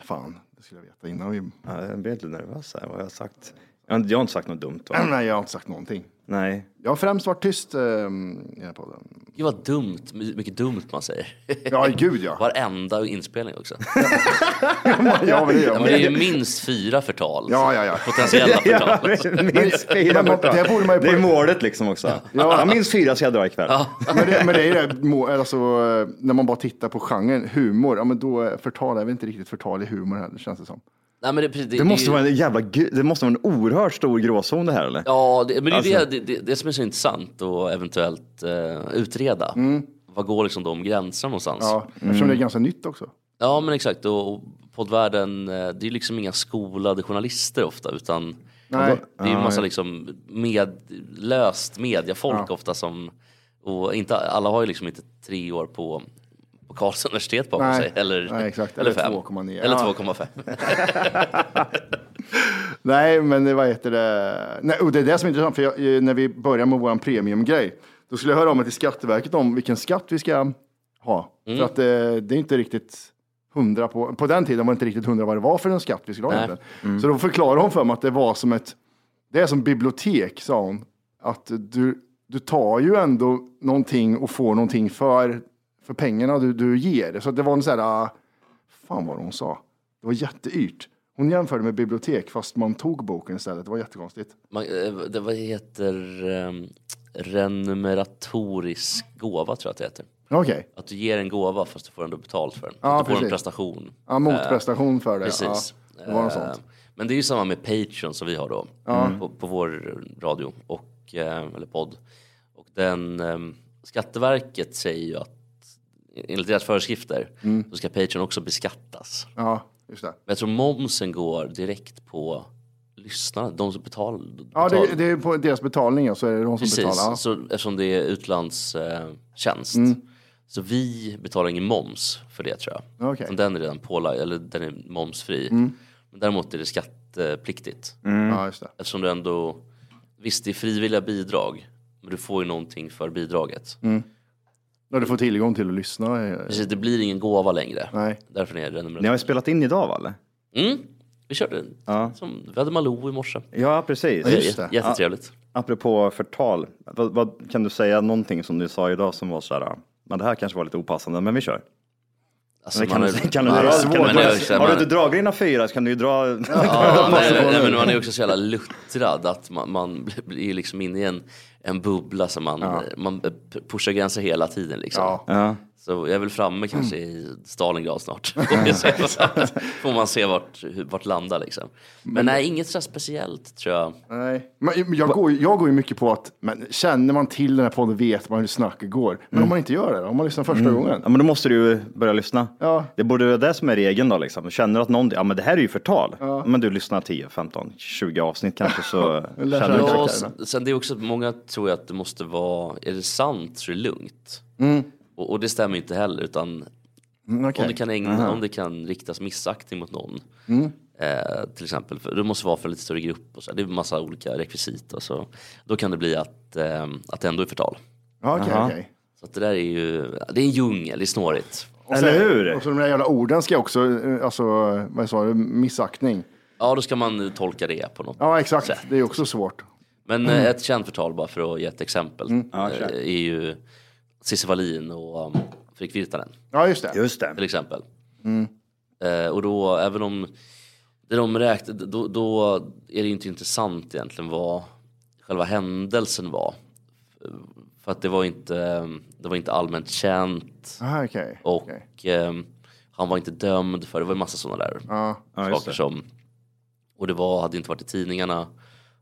Speaker 5: Fan, det skulle jag veta innan vi...
Speaker 2: Ja, jag blir lite nervös här, vad jag har sagt. Jag har inte- jag har inte sagt något dumt va?
Speaker 5: Nej, jag har inte sagt någonting.
Speaker 2: Nej.
Speaker 5: Jag har främst varit tyst ehm, i den här podden.
Speaker 6: Gud vad dumt, my- mycket dumt man säger.
Speaker 5: Ja, gud ja.
Speaker 6: Varenda inspelning också.
Speaker 5: Ja, men det gör
Speaker 6: Ja,
Speaker 5: man.
Speaker 6: men det är ju minst fyra förtal.
Speaker 5: Ja, ja, ja.
Speaker 6: Potentiella
Speaker 2: Ja,
Speaker 6: förtal.
Speaker 2: det är minst fyra
Speaker 5: Men- men-
Speaker 2: borta.
Speaker 5: det borde man ju
Speaker 2: Det är
Speaker 5: på-
Speaker 2: målet liksom också. Ja. minst fyra ska jag dra ikväll.
Speaker 5: Men det, men det är ju det, må- alltså, eh, när man bara tittar på genren, humor, ja men då är förtal är väl inte riktigt förtal i humor heller känns det som.
Speaker 6: Nej, men det, precis, det,
Speaker 2: Det måste
Speaker 6: det,
Speaker 2: vara en jävla, gu- det måste vara en oerhört stor gråzon det här eller?
Speaker 6: Ja, det, men det är
Speaker 2: Alltså-
Speaker 6: det, det, det som är så intressant och eventuellt eh, utreda. Vad går liksom de gränserna någonstans?
Speaker 5: Ja, eftersom det är ganska nytt också.
Speaker 6: Ja men exakt och, och poddvärlden, eh, det är liksom inga skolade journalister ofta utan
Speaker 5: Nej.
Speaker 6: det är ju en massa
Speaker 2: Nej.
Speaker 6: liksom med, löst mediafolk ofta som, och inte, alla har ju liksom inte tre år på, på Karls universitet bakom
Speaker 5: Nej.
Speaker 6: sig eller,
Speaker 5: Nej, exakt.
Speaker 6: eller,
Speaker 5: Eller
Speaker 6: fem.
Speaker 5: 2,9.
Speaker 6: Eller
Speaker 5: Ja.
Speaker 6: 2,5.
Speaker 5: Nej, men det- vad heter det? Nej, och det är det som är intressant, för jag, eh, när vi börjar med vår premiumgrej, då skulle jag höra av mig till Skatteverket om vilken skatt vi ska ha. För att eh, det är inte riktigt hundra på, på den tiden var det inte riktigt hundra vad det var för en skatt vi skulle ha.
Speaker 6: Nej.
Speaker 5: egentligen. Så då förklarade hon för mig att det var som ett, det är som bibliotek, sa hon. Att du, du tar ju ändå någonting och får någonting för, för pengarna du, du ger. Så att det var en sån här, ah, fan vad hon sa. Det var jätteyrt. Hon jämförde med bibliotek fast man tog boken istället. Det var jättekonstigt.
Speaker 6: Man, eh, det, vad heter eh, renumeratorisk gåva tror jag att det heter.
Speaker 5: Okej,
Speaker 6: Att du ger en gåva fast du får ändå betalt för den.
Speaker 5: Ja,
Speaker 6: att du får en
Speaker 5: precis.
Speaker 6: prestation. Eh,
Speaker 5: ja, motprestation för det.
Speaker 6: Precis.
Speaker 5: Ja, det var något
Speaker 6: Eh,
Speaker 5: sånt.
Speaker 6: Men det är ju samma med Patreon som vi har då Mm. på, på vår radio och, eh, eller podd. Och den, ehm, Skatteverket säger ju att enligt deras föreskrifter
Speaker 5: Mm.
Speaker 6: så ska Patreon också beskattas.
Speaker 5: Ja, just det.
Speaker 6: Men jag tror momsen går direkt på lyssnarna, de som betalar.
Speaker 5: Ja,
Speaker 6: betalar.
Speaker 5: det, det är på deras betalning, ja, så är det de som
Speaker 6: Precis,
Speaker 5: betalar. Ja.
Speaker 6: så, eftersom det är utlandstjänst. Så vi betalar ingen moms för det tror jag.
Speaker 5: Okej.
Speaker 6: Så Den är redan pålagd, eller den är momsfri. Men däremot är det skattepliktigt.
Speaker 5: ja, just det.
Speaker 6: Eftersom du ändå, visst det är frivilliga bidrag, men du får ju någonting för bidraget.
Speaker 5: När du får tillgång till att lyssna. eh,
Speaker 6: Precis, det blir ingen gåva längre.
Speaker 5: Nej.
Speaker 6: Därför är det
Speaker 2: Ni har
Speaker 6: nummer...
Speaker 2: ju spelat in idag va? eller?
Speaker 6: Mm, vi körde, som, vi hade Malou i morse.
Speaker 2: Ja, precis.
Speaker 5: Ja, just det.
Speaker 6: Jättetrevligt.
Speaker 2: Apropå förtal, vad, vad, kan du säga någonting som du sa idag som var så här, ah, men det här kanske var lite opassande, men vi kör.
Speaker 6: Alltså,
Speaker 2: Men kan,
Speaker 6: man
Speaker 2: du,
Speaker 6: är-
Speaker 2: kan, du,
Speaker 6: man är-
Speaker 2: dra-
Speaker 6: man
Speaker 2: kan
Speaker 6: är-
Speaker 2: du, dra- har
Speaker 6: man
Speaker 2: du
Speaker 6: är-
Speaker 2: inte dragit dina fyra så kan du ju dra...
Speaker 6: Ja, nej, nej, men man är också så jävla luttrad att man, man blir- blir liksom inne i en, en bubbla som man, man eh, p- pushar gränser hela tiden. Liksom.
Speaker 5: Ja.
Speaker 2: Ja.
Speaker 6: Så jag är väl framme kanske i Stalingrad snart. Får man se vart, hur- vart landar liksom. Men nej, inget så här speciellt tror jag.
Speaker 5: Nej. Men men jag, går, ju- jag går ju mycket på att men känner man till den här podden vet man hur snacket går.
Speaker 6: Mm.
Speaker 5: Men om man inte gör det, då? om man lyssnar första gången.
Speaker 2: Ja, men då måste du ju börja lyssna.
Speaker 5: Ja.
Speaker 2: Det borde vara det som är regeln då. Liksom. Känner du att någon, ja men det här är ju förtal. Men du lyssnar 10, 15, 20 avsnitt kanske så känner
Speaker 5: lär känna
Speaker 2: du.
Speaker 6: Ja,
Speaker 5: karaktärerna.
Speaker 6: och s- sen det är också, många tror ju att det måste vara, är det sant så är det lugnt. Och, och det stämmer ju inte heller utan
Speaker 5: Mm, okej.
Speaker 6: Om, det kan ägna, om det kan riktas missaktning mot någon.
Speaker 5: Mm.
Speaker 6: Eh, till exempel, för det måste vara för en lite större grupp och så. här. Det är en massa olika rekvisita. Så då kan det bli att, eh, att det ändå är förtal.
Speaker 5: Ja, Okej,
Speaker 2: Jaha.
Speaker 5: okej.
Speaker 6: Så att det där är ju, det är en djungel, det är snårigt.
Speaker 5: Och
Speaker 2: Eller
Speaker 5: sen-
Speaker 2: hur?
Speaker 5: Och så de där jävla orden ska jag också, eh, alltså, vad sa du, missaktning.
Speaker 6: Ja, då ska man tolka det på något.
Speaker 5: Ja, Mm. exakt. Det är ju också svårt.
Speaker 6: Men eh,
Speaker 5: Mm.
Speaker 6: ett känt förtal bara för att ge ett exempel.
Speaker 2: Ja,
Speaker 6: eh,
Speaker 2: kör.
Speaker 6: är ju Cissi Wallin och um, Frick Virtanen.
Speaker 5: Ja, just det.
Speaker 2: Just det.
Speaker 6: Till exempel.
Speaker 5: Mm.
Speaker 6: Eh, och då, även om det de räknade, då, då är det ju inte intressant egentligen vad själva händelsen var. För att det var inte, det var inte allmänt känt.
Speaker 5: Ah, okej.
Speaker 6: Och ehm, han var inte dömd för, det var en massa sådana där
Speaker 5: Ja. Ja, just
Speaker 6: saker
Speaker 5: det.
Speaker 6: som. Och det var, hade inte varit i tidningarna.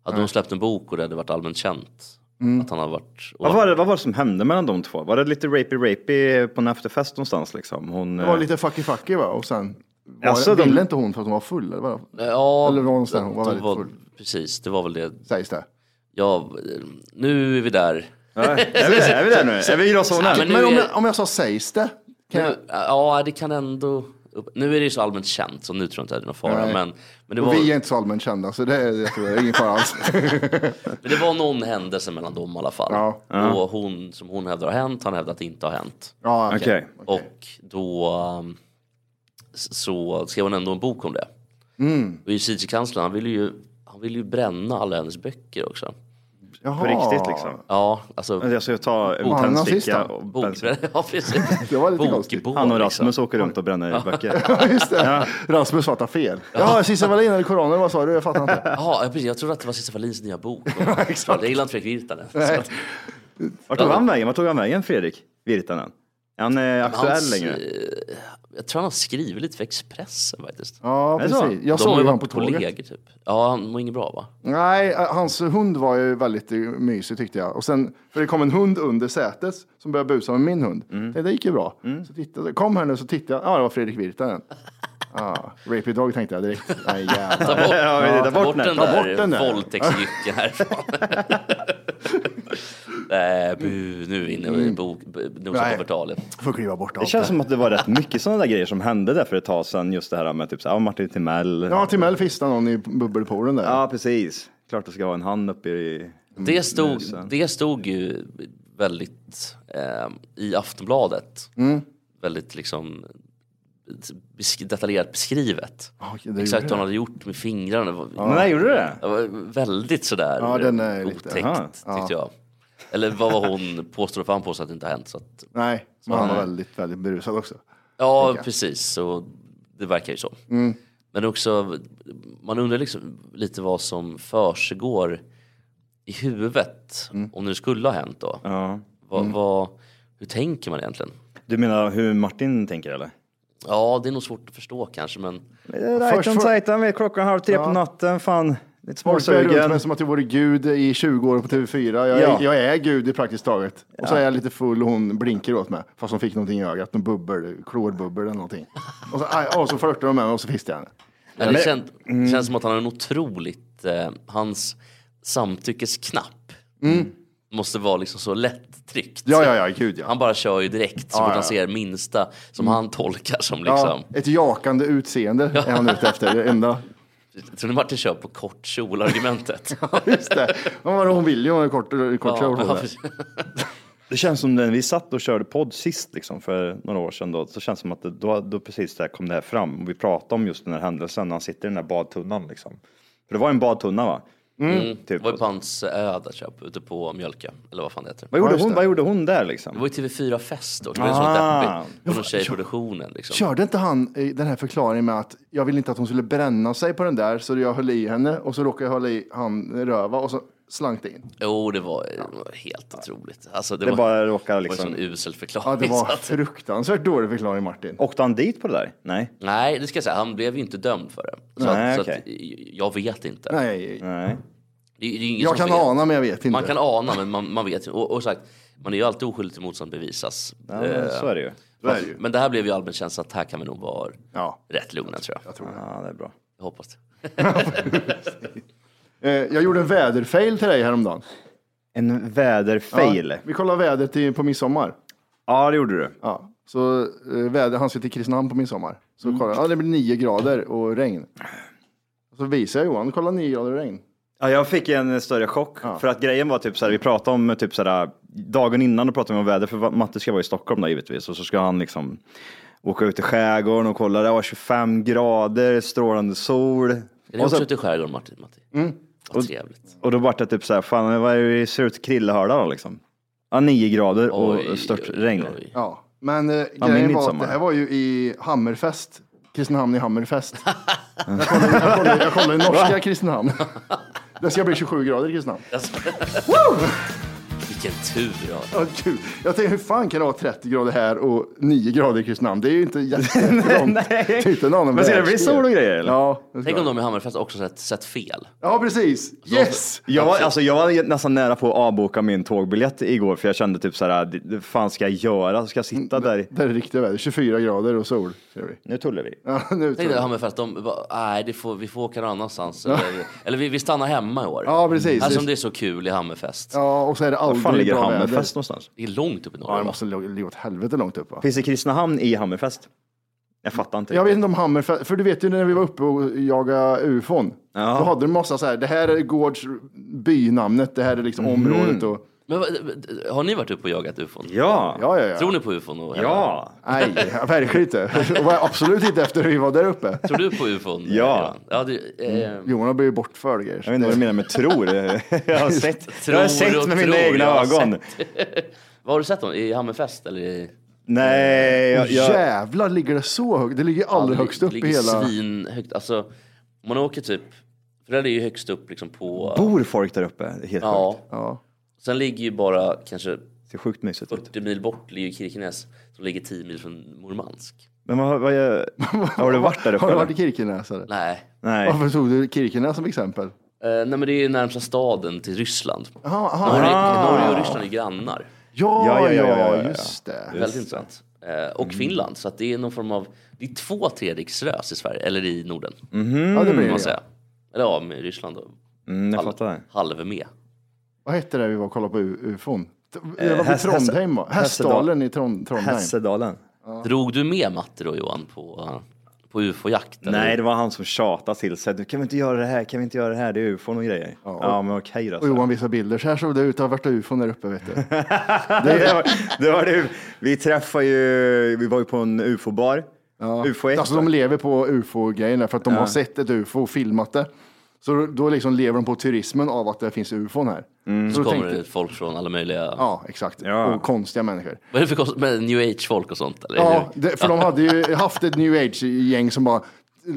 Speaker 6: Hade
Speaker 5: Nej.
Speaker 6: de släppt en bok och det hade varit allmänt känt.
Speaker 2: Mm.
Speaker 6: Att han hade varit...
Speaker 2: Vad var, det, vad var det som hände mellan de två? Var det lite rapey-rapey på en efterfest någonstans liksom? Hon,
Speaker 5: Det var
Speaker 2: eh,
Speaker 5: lite fucky fucky va? Och sen var
Speaker 2: Alltså,
Speaker 5: ville
Speaker 2: de-
Speaker 5: inte hon för att hon var full eller vad?
Speaker 6: Ja,
Speaker 5: eller var hon, sen, hon var
Speaker 6: de
Speaker 5: väldigt full.
Speaker 6: Precis, det var väl det.
Speaker 5: Sägs det.
Speaker 6: Ja, nu är vi där.
Speaker 2: Ja, är vi där? Är vi där nu? Är vi i gråzonen?
Speaker 6: Ja,
Speaker 5: Men,
Speaker 6: nu
Speaker 5: om,
Speaker 6: är-
Speaker 5: jag, om jag sa sägs det? Kan jag...
Speaker 6: Nu, ja, det kan ändå... Upp. Nu är det ju så allmänt känt, så nu tror jag inte det är någon fara.
Speaker 5: Nej.
Speaker 6: Men, men, det
Speaker 5: och
Speaker 6: var,
Speaker 5: Vi är inte så allmänt kända så det, är- jag tror det är ingen fara alls.
Speaker 6: men det var någon händelse mellan dem i alla fall.
Speaker 5: Ja.
Speaker 6: Och hon, som hon hävdar har hänt, han hävdar att det inte har hänt.
Speaker 5: ja,
Speaker 2: Okej.
Speaker 6: Och då um, s- så skrev hon ändå en bok om det.
Speaker 5: Mm.
Speaker 6: Och justitiekanslern, han ville ju, han ville ju bränna alla hennes böcker också.
Speaker 5: Jaha.
Speaker 2: På riktigt liksom?
Speaker 6: Ja, alltså...
Speaker 2: Jag ska ta
Speaker 5: Var
Speaker 2: en
Speaker 5: Ah. han nazist,
Speaker 2: tändsticka
Speaker 5: då?
Speaker 2: och
Speaker 6: Bok,
Speaker 2: bensin.
Speaker 6: ja, precis.
Speaker 5: alltså. Det var lite
Speaker 6: Bok-
Speaker 5: konstigt.
Speaker 6: bok,
Speaker 2: Han och
Speaker 6: liksom.
Speaker 2: Rasmus åker runt och bränner böcker.
Speaker 5: Ja, just det. Rasmus fattar fel. Jaha, Cissi Wallin eller Koranen, vad sa du? Jag fattar inte.
Speaker 6: Jaha, ja, precis. Jag trodde att det var Cissi Wallins nya bok. Jag gillar inte Fredrik Virtanen. Så att-
Speaker 2: Vart tog han vägen? Vart tog han vägen Fredrik Virtanen? Är han eh, aktuell
Speaker 6: Hans,
Speaker 2: längre?
Speaker 6: eh, Jag tror han har skrivit lite för Expressen faktiskt.
Speaker 5: Ja,
Speaker 2: Är det så?
Speaker 5: precis. Jag
Speaker 6: De har
Speaker 5: såg
Speaker 6: ju
Speaker 5: ju honom
Speaker 6: varit
Speaker 5: på tåget.
Speaker 6: kollegor typ. Ja, han mår inget bra va?
Speaker 5: Nej, eh, hans hund var ju väldigt eh, mysig tyckte jag. Och sen, för det kom en hund under sätet som började busa med min hund.
Speaker 2: Mm.
Speaker 5: Det, det gick ju bra. Så tittade, jag, kom här nu så tittade jag. Ja, det var Fredrik Virtanen. Ah, rapey dog tänkte jag direkt. Nej,
Speaker 6: Ta
Speaker 5: jävlar.
Speaker 6: bort,
Speaker 2: Ja, vi tar bort
Speaker 6: ta bort
Speaker 2: den.
Speaker 6: den
Speaker 2: Ta
Speaker 6: där,
Speaker 2: bort den där.
Speaker 6: våldtäktsjycken härifrån. Nej, Äh, bu, nu är vi inne i bok, b- nosar
Speaker 5: Nej.
Speaker 6: på förtalet.
Speaker 5: Får kliva bort
Speaker 2: Det
Speaker 5: allt.
Speaker 2: känns som att det var rätt mycket sådana där grejer som hände där för ett tag sedan. Just det här med typ så här, ja, Martin Timell.
Speaker 5: Ja, Timell fistade någon i bubbelpoolen där.
Speaker 2: Ja, precis. Klart det ska ha en hand uppe i...
Speaker 6: Det stod,
Speaker 2: musen.
Speaker 6: det stod ju väldigt eh, i Aftonbladet. Väldigt liksom besk- detaljerat beskrivet.
Speaker 5: Ja, det gjorde
Speaker 6: Exakt vad
Speaker 5: det.
Speaker 6: han hade gjort med fingrarna. Det var-
Speaker 2: Nej, gjorde du det?
Speaker 6: Det var väldigt sådär
Speaker 5: Ja, den är lite-
Speaker 6: otäckt
Speaker 2: Aha.
Speaker 6: tyckte jag. Eller vad var hon påstår för han påstår att det inte har hänt. Så att,
Speaker 5: Nej, men han var väldigt, väldigt berusad också.
Speaker 6: ja precis, så det verkar ju så.
Speaker 5: Mm.
Speaker 6: Men också, man undrar liksom lite vad som försiggår i huvudet
Speaker 5: Mm.
Speaker 6: om det skulle ha hänt då.
Speaker 2: Ja.
Speaker 6: Vad, vad, hur tänker man egentligen?
Speaker 2: Du menar hur Martin tänker eller?
Speaker 6: Ja, det är nog svårt att förstå kanske men
Speaker 5: Eh,
Speaker 2: Rajtan
Speaker 5: för-
Speaker 2: tajtan, vi är klockan halv tre på natten, fan. Lite
Speaker 5: Folk bär runt
Speaker 2: småsugen.
Speaker 5: mig som att jag vore gud i 20 år på TV4. Jag, är-
Speaker 2: Ja.
Speaker 5: jag är gud i praktiskt taget. Och så är jag lite full och hon blinkar åt mig. Fast hon fick någonting i ögat, någon bubbel, klorbubbel eller någonting. Och så, aj, och så flörtade hon med mig och så fistade jag henne.
Speaker 6: Ja, det känns,
Speaker 5: Mm.
Speaker 6: känns som att han har en otroligt, eh, hans samtyckesknapp måste vara liksom så lättryckt.
Speaker 5: Mm. Ja, ja, ja, gud ja.
Speaker 6: Han bara kör ju direkt
Speaker 5: Ja,
Speaker 6: så fort
Speaker 5: ja,
Speaker 6: han
Speaker 5: ja.
Speaker 6: ser minsta som han tolkar som
Speaker 5: ja,
Speaker 6: liksom.
Speaker 5: ett jakande utseende är han ute efter. Det enda.
Speaker 6: Jag tror ni Martin kör på kort kjolargumentet?
Speaker 5: Just det. Men vadå, hon vill ju ha en kort, kort kjol typ. på
Speaker 6: ja,
Speaker 5: sig.
Speaker 6: precis.
Speaker 2: Det känns som när vi satt och körde podd sist liksom, för några år sedan då, så känns det som att det, då, då precis där kom det här fram och vi pratade om just den här händelsen när han sitter i den här badtunnan liksom. För det var en badtunna va?
Speaker 5: Mm.
Speaker 6: det
Speaker 2: Typ.
Speaker 6: var ju på hans ö där tror jag, ute på Mjölka, eller vad fan det heter.
Speaker 2: Vad gjorde,
Speaker 5: just
Speaker 2: hon,
Speaker 5: det.
Speaker 2: vad gjorde hon där
Speaker 6: Det
Speaker 2: liksom?
Speaker 6: var ju TV4 Fest då, så det var ju
Speaker 2: Ah.
Speaker 6: så deppigt. Och någon tjej i produktionen liksom.
Speaker 5: Körde inte han eh, den här förklaringen med att jag ville inte att hon skulle bränna sig på den där så jag höll i henne och så råkade jag hålla i han röva och så slank det in.
Speaker 6: Jo, det var, det var helt otroligt. Alltså, det,
Speaker 2: Det
Speaker 6: var,
Speaker 2: bara råkar
Speaker 6: det var en sån
Speaker 2: liksom...
Speaker 6: usel
Speaker 5: Ja,
Speaker 6: förklaring.
Speaker 5: det
Speaker 6: så
Speaker 5: var
Speaker 6: att-
Speaker 5: fruktansvärt dålig förklaring Martin.
Speaker 2: Åkte han dit på det där? Nej.
Speaker 6: Nej, det ska jag säga. Han blev ju inte dömd för det. Så,
Speaker 2: Nej,
Speaker 6: att,
Speaker 2: okej.
Speaker 6: så att, jag vet inte.
Speaker 5: Nej,
Speaker 2: Nej.
Speaker 6: Det, det är ju ingen
Speaker 5: jag
Speaker 6: som
Speaker 5: kan
Speaker 6: vet.
Speaker 5: ana men jag vet inte.
Speaker 6: Man kan ana, men man, man vet ju. Och, och sagt, man är ju alltid oskyldig till motstånd bevisas.
Speaker 2: Ja,
Speaker 6: Eh,
Speaker 2: men så är det ju.
Speaker 5: är det ju.
Speaker 6: Men det här blev ju allmänt känslan att här kan vi nog vara
Speaker 5: Ja,
Speaker 6: rätt lugna tror jag.
Speaker 5: jag tror det.
Speaker 2: Ja, det är bra.
Speaker 6: Jag hoppas det.
Speaker 5: Eh, jag gjorde en väderfail till dig häromdagen.
Speaker 2: En väderfail.
Speaker 5: Ja,
Speaker 2: Ja.
Speaker 5: vi kollade vädret i, på midsommar.
Speaker 2: det gjorde du.
Speaker 5: Ja. Så eh, väder, han ska till Kristinehamn på midsommar. Så
Speaker 6: Mm.
Speaker 5: kollade, ja, det blir nio grader och regn. Så visar jag Johan, kolla nio grader och regn.
Speaker 2: Ja, jag fick en större chock för att grejen var typ så här, vi pratade om typ så här, dagen innan då pratade vi om väder för Matte ska vara i Stockholm då givetvis och så ska han liksom åka ut i skärgården och kolla, det var 25 grader, strålande sol.
Speaker 6: Är ni
Speaker 2: Och,
Speaker 6: också
Speaker 2: så, Mm.
Speaker 6: ute i skärgården Martin? Matti? Vad trevligt.
Speaker 2: och då vart det typ så här, fan vad är det, ser ut krillehördar då liksom. Ja, 9 grader och
Speaker 6: Oj,
Speaker 2: stört
Speaker 6: oj,
Speaker 2: regn.
Speaker 6: oj.
Speaker 5: Ja. Men eh,
Speaker 2: min
Speaker 5: grejen var att
Speaker 2: midsommar.
Speaker 5: det här var ju i Hammerfest. Kristinehamn i Hammerfest. jag kollade, jag kollade, jag kollade norska
Speaker 6: Va?
Speaker 5: Kristinehamn. Det ska bli 27 grader i Kristinehamn.
Speaker 6: Vilken tur vi har.
Speaker 5: Ja, gud. Jag tänkte, hur fan kan det vara 30 grader här och 9 grader i Kristinehamn? Det är ju inte jättelångt. Till en annan
Speaker 2: Men ska det bli
Speaker 5: världsdel.
Speaker 2: sol och grejer? Eller?
Speaker 5: Ja.
Speaker 6: Tänk om de i Hammerfest också sett, sett fel.
Speaker 5: Ja, precis. Yes!
Speaker 2: Jag var, alltså, jag var nästan nära på att avboka min tågbiljett igår för jag kände typ så här, "Det- vad fan ska jag göra? Ska jag sitta där? i-"
Speaker 5: Det är det riktiga vädret. 24 grader och sol. ser vi.
Speaker 2: Nu tullar vi.
Speaker 5: Ja, nu tror
Speaker 6: Tänk dig
Speaker 5: jag.
Speaker 6: Hammerfest, de bara, nej det får, vi får åka någon annans. Eller, eller vi, vi stannar hemma i år.
Speaker 5: Ja, precis.
Speaker 6: Här som Alltså, det är så kul i Hammerfest.
Speaker 5: Ja, och så är det
Speaker 2: Var fan
Speaker 5: aldrig
Speaker 2: ligger
Speaker 5: bra
Speaker 2: Hammerfest
Speaker 5: väder.
Speaker 2: någonstans?
Speaker 6: Det är långt upp i norr.
Speaker 5: Ja, det
Speaker 6: va?
Speaker 5: måste ligga åt helvete långt upp va?
Speaker 2: Finns det Kristinehamn i Hammerfest? Jag fattar inte.
Speaker 5: Jag vet inte om Hammerfest, för du vet ju när vi var uppe och jagade ufon.
Speaker 2: Ja.
Speaker 5: Då hade de massa så här, det här är gårds bynamnet, det här är
Speaker 2: Mhm.
Speaker 5: liksom området och...
Speaker 6: Men, vad- har ni varit uppe och jagat ufon?
Speaker 2: Ja.
Speaker 5: Ja, ja, ja.
Speaker 6: Tror ni på ufon? Och,
Speaker 2: Ja.
Speaker 5: Nej, verkligen inte. Och var absolut inte efter vi var där uppe.
Speaker 6: Tror du på ufon?
Speaker 2: Ja. Mm.
Speaker 6: ja du, eh,
Speaker 5: Johan har blivit bortförd och grejer.
Speaker 2: Jag vet inte vad du menar med tror. Jag har sett, jag
Speaker 6: Tror
Speaker 2: har
Speaker 6: och
Speaker 2: sett med mina
Speaker 6: tror,
Speaker 2: egna
Speaker 6: jag har
Speaker 2: ögon.
Speaker 6: sett. Vad har du sett dem? I Hammerfest eller i?
Speaker 2: Nej, jag, jag,
Speaker 5: Jävlar, ligger det så högt? Det ligger allra högst upp i
Speaker 6: ligger
Speaker 5: hela...
Speaker 6: svinhögt. Alltså, man åker typ, för det är ju högst upp liksom på...
Speaker 2: bor folk där uppe? Det är Helt
Speaker 6: ja.
Speaker 2: sjukt.
Speaker 5: Ja.
Speaker 6: Sen ligger ju bara kanske
Speaker 2: Det ser sjukt mysigt ut.
Speaker 6: 40 mil bort ligger ju Kirkenes som ligger 10 mil från Murmansk.
Speaker 2: Men vad, vad, jag- har du varit där uppe?
Speaker 5: Har du varit i
Speaker 2: eller?
Speaker 5: Kirkenes eller?
Speaker 6: Nej.
Speaker 2: Nej.
Speaker 5: Varför tog du Kirkenes som exempel?
Speaker 6: Eh, nej men det är ju närmsta staden till Ryssland.
Speaker 5: Jaha, aha.
Speaker 6: Norge,
Speaker 2: Ah.
Speaker 6: Norge och Ryssland är grannar.
Speaker 5: Ja, ja, ja,
Speaker 2: ja, ja, ja.
Speaker 5: just det.
Speaker 6: Väldigt intressant. Eh, och
Speaker 2: Mm.
Speaker 6: Finland, så att det är någon form av... Det är två tredjedelsrös i Sverige, eller i Norden.
Speaker 5: Ja, det
Speaker 6: Kan
Speaker 5: blir
Speaker 6: man
Speaker 5: det. ja.
Speaker 6: säga. Eller ja, med Ryssland och
Speaker 2: Mm, jag fattar.
Speaker 6: halv med.
Speaker 5: Vad hette det vi var och kollade på u- ufon?
Speaker 2: Eh,
Speaker 5: Det var i
Speaker 2: Häst- Häst-
Speaker 5: Trondheim va? Hästdalen i Tron- Trondheim.
Speaker 2: Hässedalen.
Speaker 6: Drog du med Matte då Johan på, på ufo-jakt? eller?
Speaker 2: Nej, det var han som tjatade till sig. Du kan vi inte göra det här, kan vi inte göra det här, det är ufon och grejer. Ja, men okej då.
Speaker 5: Och
Speaker 2: Så.
Speaker 5: Johan visar bilder. Så här såg det ut. Det har varit ufon där uppe vet du.
Speaker 2: det, var, det var det. Vi träffade ju, vi var ju på en ufo-bar. Ufo 1.
Speaker 5: Alltså de lever på ufo-grejerna för att de har sett ett ufo och filmat det. Så då- då liksom lever de på turismen av att det finns ufon här. Så
Speaker 6: Mm, Så
Speaker 5: då
Speaker 6: kommer
Speaker 5: tänkte,
Speaker 6: det folk från alla möjliga...
Speaker 5: ja, exakt.
Speaker 2: Ja.
Speaker 5: Och konstiga människor.
Speaker 6: Vad är det för kost... med new age-folk och sånt? Eller?
Speaker 5: Ja, det, för de hade ju haft ett new age-gäng som bara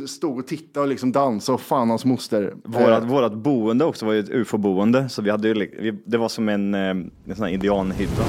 Speaker 5: stod och tittade och liksom dansade och fan hans moster. eh,
Speaker 2: Vårat, vårat boende också var ju ett ufo-boende, så vi hade ju, li- vi, det var som en, eh, en sån här indianhydda.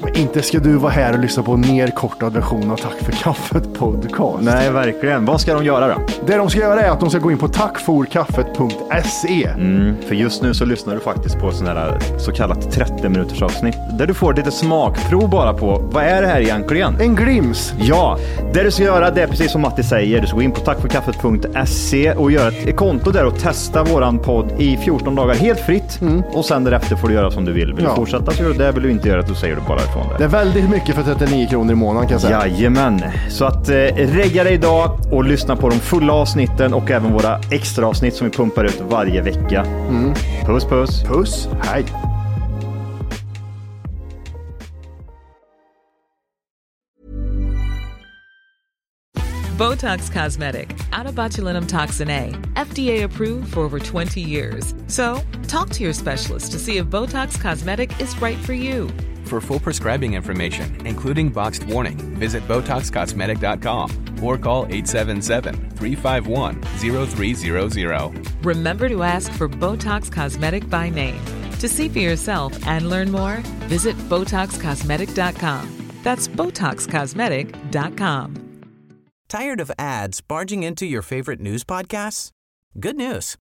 Speaker 5: Men inte ska du vara här och lyssna på en nerkortad version av Tack för kaffet podcast.
Speaker 2: Nej, verkligen. Vad ska de göra då?
Speaker 5: Det de ska göra är att de ska gå in på tackforkaffet.se.
Speaker 2: Mm, För just nu så lyssnar du faktiskt på sån här eh, så kallat 30 minuters avsnitt där du får lite smakprov bara på vad är det här egentligen?
Speaker 5: En glims.
Speaker 2: Ja, det du ska göra det är precis som Matti säger. Du ska gå in på tackforkaffet.se och göra ett konto där och testa våran podd i 14 dagar helt fritt. Och sen därefter får du göra som du vill. Vill
Speaker 5: Mm. Ja.
Speaker 2: du fortsätta så gör du det. Vill du inte göra det så säger du bara ifrån det.
Speaker 5: Det är väldigt mycket för 39 kronor i månaden kan jag säga.
Speaker 2: Jajamän, så att eh, regga dig idag och lyssna på de fulla avsnitten och även våra extra avsnitt som vi pumpar ut varje vecka.
Speaker 5: Mm.
Speaker 2: Puss puss!
Speaker 5: Puss, hej.
Speaker 9: Botox Cosmetic, out of botulinum toxin A, FDA approved for over 20 years. So, talk to your specialist to see if Botox Cosmetic is right for you.
Speaker 10: For full prescribing information, including boxed warning, visit BotoxCosmetic.com or call 877-351-0300.
Speaker 9: Remember to ask for Botox Cosmetic by name. To see for yourself and learn more, visit BotoxCosmetic.com. That's BotoxCosmetic.com.
Speaker 8: Tired of ads barging into your favorite news podcasts? Good news.